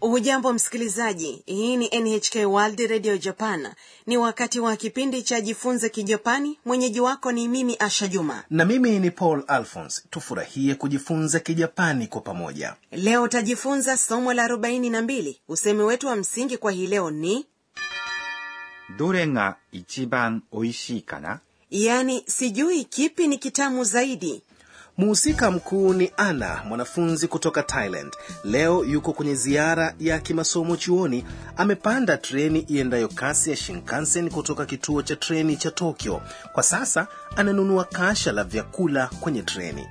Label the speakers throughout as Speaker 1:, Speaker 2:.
Speaker 1: hujambo msikilizaji hii ni nhk world radio japan ni wakati wa kipindi cha jifunze kijapani mwenyeji wako ni mimi asha juma
Speaker 2: na mimi ni paul alphons tufurahie kujifunza kijapani kwa pamoja
Speaker 1: leo utajifunza somo la 42 usemi wetu wa msingi kwa hii leo ni
Speaker 3: どれが一番美味しいかな
Speaker 1: yaani sijui kipi ni kitamu zaidi
Speaker 2: muhusika mkuu ni ana mwanafunzi kutoka thailand leo yuko kwenye ziara ya kimasomo chuoni amepanda treni iendayo kasi ya shinkansen kutoka kituo cha treni cha tokyo kwa sasa ananunua kasha la vyakula kwenye treni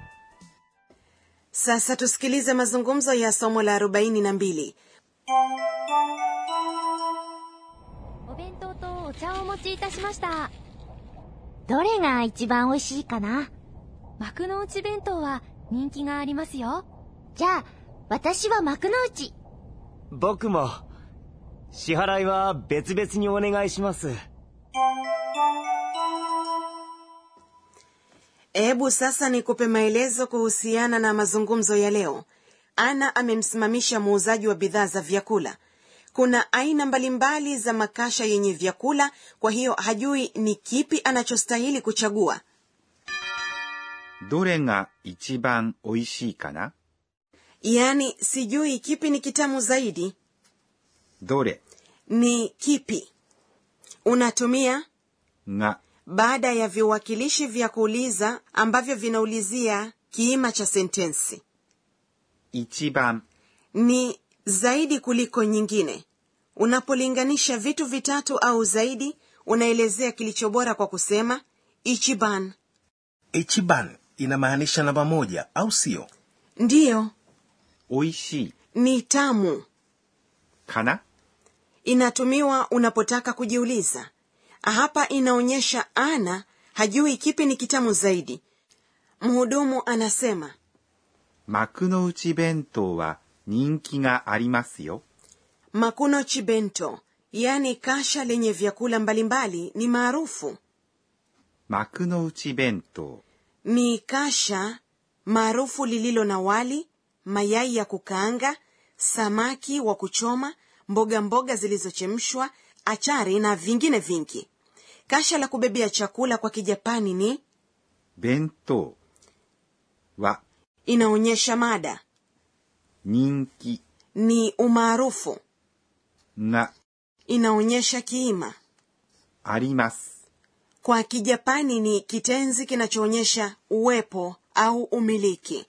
Speaker 1: sasa tusikilize mazungumzo ya somo la 42
Speaker 4: お弁当とお茶をお持ちいたしましたどれが一番美味しいかな幕の内弁当は人気がありますよじゃあ私は幕の内
Speaker 5: 僕も支払いは別々にお願いします
Speaker 1: hebu sasa nikupe maelezo kuhusiana na mazungumzo ya leo ana amemsimamisha muuzaji wa bidhaa za vyakula kuna aina mbalimbali za makasha yenye vyakula kwa hiyo hajui ni kipi anachostahili kuchagua
Speaker 3: どれが一番美味しいかな
Speaker 1: yaani sijui kipi ni kitamu zaidi
Speaker 3: どれ
Speaker 1: ni kipi unatumia
Speaker 3: が
Speaker 1: baada ya viwakilishi vya kuuliza ambavyo vinaulizia kiima cha sentensi
Speaker 3: 一番
Speaker 1: ni zaidi kuliko nyingine unapolinganisha vitu vitatu au zaidi unaelezea kilichobora kwa kusema ichiban
Speaker 2: ichiban inamaanisha namba moja au sio
Speaker 1: ndiyo
Speaker 3: 美味しい
Speaker 1: ni tamu
Speaker 3: かな
Speaker 1: inatumiwa unapotaka kujiuliza hapa inaonyesha ana hajui kipi ni kitamu zaidi mhudumu anasema
Speaker 3: 幕の内弁当は人気がありますよ
Speaker 1: makuno chibento yaani kasha lenye vyakula mbalimbali ni maarufu
Speaker 3: 幕の内弁当
Speaker 1: ni kasha maarufu lililo na wali mayai ya kukaanga samaki wa kuchoma mboga mboga zilizochemshwa achari na vingine vingi kasha la kubebea chakula kwa kijapani ni
Speaker 3: 弁当は
Speaker 1: inaonyesha mada
Speaker 3: 人気
Speaker 1: ni umaarufu
Speaker 3: が
Speaker 1: inaonyesha kiima
Speaker 3: あります
Speaker 1: kwa kijapani ni kitenzi kinachoonyesha uwepo au umiliki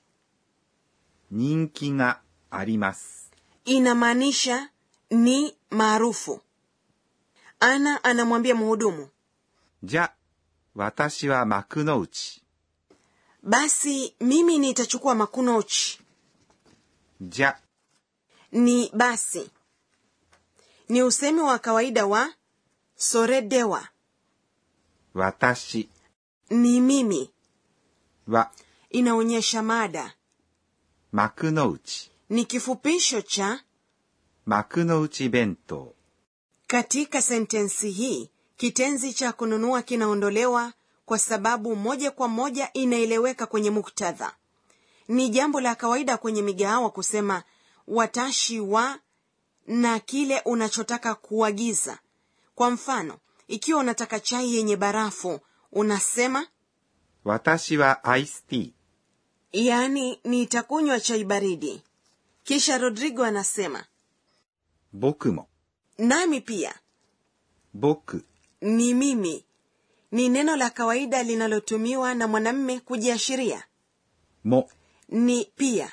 Speaker 3: 人気があります
Speaker 1: inamaanisha ni maarufu ana anamwambia mhudumu
Speaker 3: じゃ私は幕の内
Speaker 1: basi mimi nitachukua makunochi
Speaker 3: じゃ
Speaker 1: ni basi ni usemi wa kawaida wa soredewa
Speaker 3: 私
Speaker 1: ni mimi
Speaker 3: は
Speaker 1: inaonyesha mada
Speaker 3: 幕の内
Speaker 1: ni kifupisho cha
Speaker 3: 幕の内弁当
Speaker 1: katika sentensi hii kitenzi cha kununua kinaondolewa kwa sababu moja kwa moja inaeleweka kwenye muktadha ni jambo la kawaida kwenye migahawa kusema watashi wa na kile unachotaka kuagiza kwa mfano ikiwa unataka chai yenye barafu unasema
Speaker 3: 私はアイスティー
Speaker 1: yaani nitakunywa chai baridi kisha rodrigo anasema
Speaker 3: 僕も
Speaker 1: nami pia
Speaker 3: 僕
Speaker 1: ni mimi ni neno la kawaida linalotumiwa na mwanamme kujiashiria
Speaker 3: も
Speaker 1: ni pia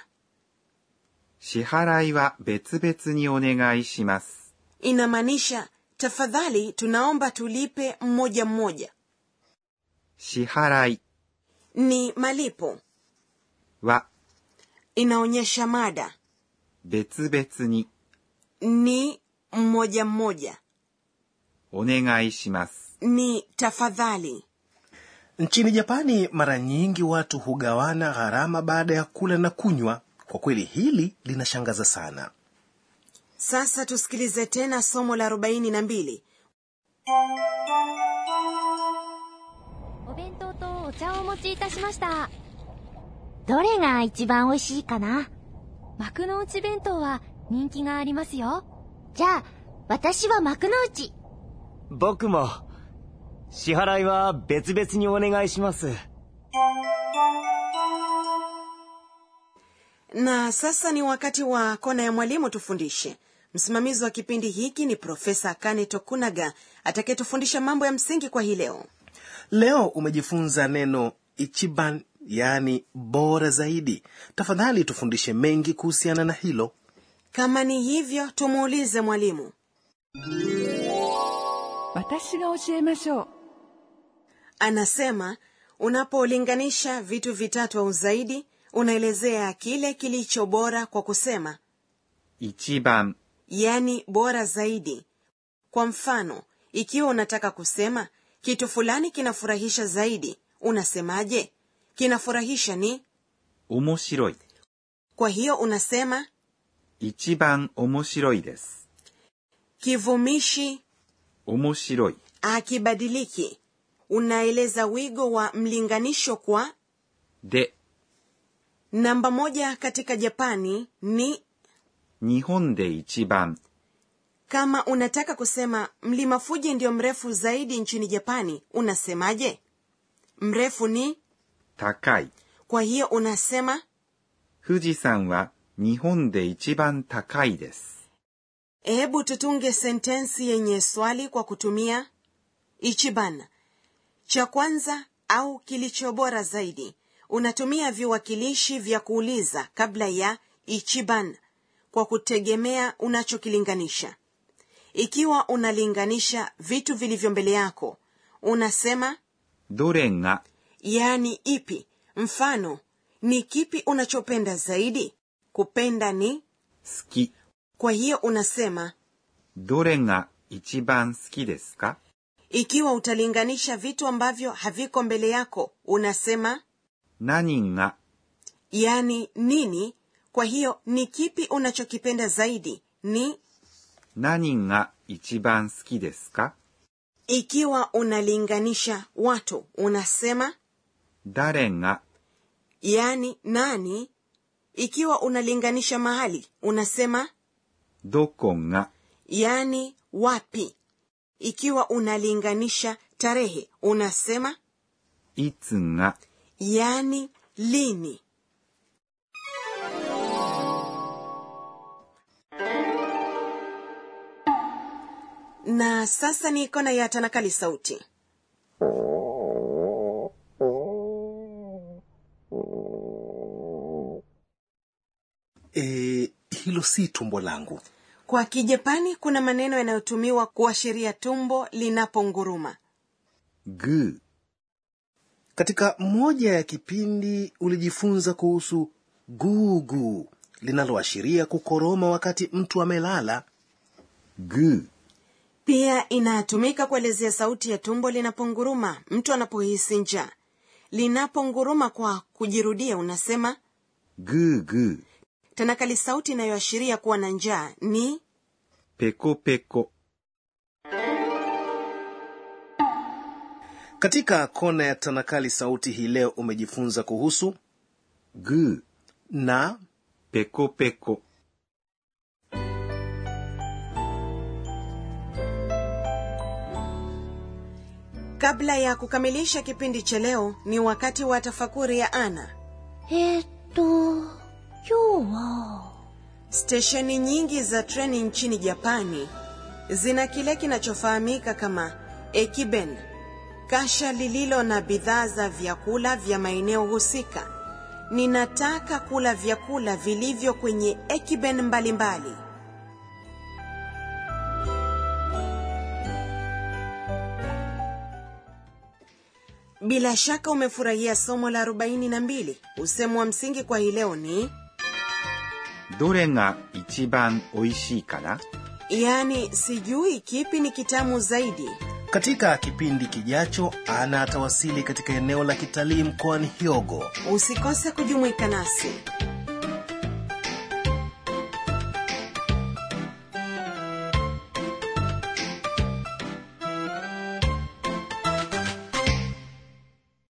Speaker 3: 支払いは別々にお願いします
Speaker 1: inamaanisha tafadhali tunaomba tulipe mmoja mmoja
Speaker 3: 支払い
Speaker 1: ni malipo
Speaker 3: は
Speaker 1: inaonyesha mada
Speaker 3: 別々に
Speaker 1: ni mmoja mmoja
Speaker 3: お願いします
Speaker 1: ni tafadhali
Speaker 2: nchini japani mara nyingi watu hugawana gharama baada ya kula na kunywa kwa kweli hili linashangaza sana
Speaker 1: sasa tusikilize tena somo la 42
Speaker 4: お弁当とお茶をお持ちいたしましたどれが一番美味しいかな幕の内弁当は人気がありますよじゃあ私は幕の内
Speaker 5: 僕も支払いは別々にお願いします
Speaker 1: na sasa ni wakati wa kona ya mwalimu tufundishe msimamizi wa kipindi hiki ni profesa kane tokunaga atakayetufundisha mambo ya msingi kwa hii leo
Speaker 2: leo umejifunza neno ichiban yaani bora zaidi tafadhali tufundishe mengi kuhusiana na hilo
Speaker 1: kama ni hivyo tumuulize mwalimu
Speaker 6: 私が教えましょう
Speaker 1: anasema unapolinganisha vitu vitatu au zaidi unaelezea kile kilicho bora kwa kusema
Speaker 3: 一番、
Speaker 1: yani bora zaidi kwa mfano ikiwa unataka kusema kitu fulani kinafurahisha zaidi unasemaje kinafurahisha ni
Speaker 3: 面白い。
Speaker 1: kwa hiyo unasema
Speaker 3: 一番面白いです。
Speaker 1: kivumishi
Speaker 3: 面白い。
Speaker 1: akibadiliki unaeleza wigo wa mlinganisho kwa
Speaker 3: で、
Speaker 1: namba moja katika japani ni
Speaker 3: 日本で一番、
Speaker 1: kama unataka kusema mlima fuji ndio mrefu zaidi nchini japani unasemaje mrefu ni
Speaker 3: 高い。
Speaker 1: kwa hiyo unasema
Speaker 3: 富士山は日本で一番高いです。
Speaker 1: hebu tutunge sentensi yenye swali kwa kutumia ichiban cha kwanza au kilicho bora zaidi unatumia viwakilishi vya kuuliza kabla ya ichiban kwa kutegemea unachokilinganisha ikiwa unalinganisha vitu vilivyo mbele yako unasema
Speaker 3: どれが
Speaker 1: yaani ipi mfano ni kipi unachopenda zaidi kupenda ni
Speaker 3: 好き
Speaker 1: kwa hiyo unasema
Speaker 3: どれが一番好きですか
Speaker 1: ikiwa utalinganisha vitu ambavyo haviko mbele yako unasema
Speaker 3: 何が
Speaker 1: yaani nini kwa hiyo ni kipi unachokipenda zaidi ni
Speaker 3: 何が一番好きですか
Speaker 1: ikiwa unalinganisha watu unasema
Speaker 3: 誰が
Speaker 1: yaani nani ikiwa unalinganisha mahali unasema
Speaker 3: どこが
Speaker 1: yaani wapi ikiwa unalinganisha tarehe unasema
Speaker 3: いつが
Speaker 1: yaani lini na sasa ni kona ya tanakali sauti
Speaker 2: e, hilo si tumbo langu
Speaker 1: kwa kijapani kuna maneno yanayotumiwa kuashiria tumbo linaponguruma
Speaker 3: Guu
Speaker 2: katika moja ya kipindi ulijifunza kuhusu gugu linaloashiria kukoroma wakati mtu amelala
Speaker 3: グー
Speaker 1: pia inatumika kuelezea sauti ya tumbo linaponguruma mtu anapohisi njaa linaponguruma kwa kujirudia unasema
Speaker 3: グーグー
Speaker 1: tanakali sauti inayoashiria kuwa na njaa ni
Speaker 3: ペコペコ
Speaker 2: katika kona ya tanakali sauti hii leo umejifunza kuhusu
Speaker 3: グー
Speaker 2: na
Speaker 3: ペコペコ
Speaker 1: kabla ya kukamilisha kipindi cha leo ni wakati wa tafakuri ya ana
Speaker 4: えーっと今日は
Speaker 1: stesheni nyingi za treni nchini japani zina kile kinachofahamika kama ekiben kasha lililo na bidhaa za vyakula vya maeneo husika ninataka kula vyakula vilivyo kwenye ekiben mbalimbali mbali. bila shaka umefurahia somo la 42 usemo wa msingi kwa hii leo ni
Speaker 3: どれが一番おいしいかな
Speaker 1: yaani sijui kipi ni kitamu zaidi
Speaker 2: katika kipindi kijacho ana atawasili katika eneo la kitalii mkoani hyogo
Speaker 1: usikose kujumuika nasi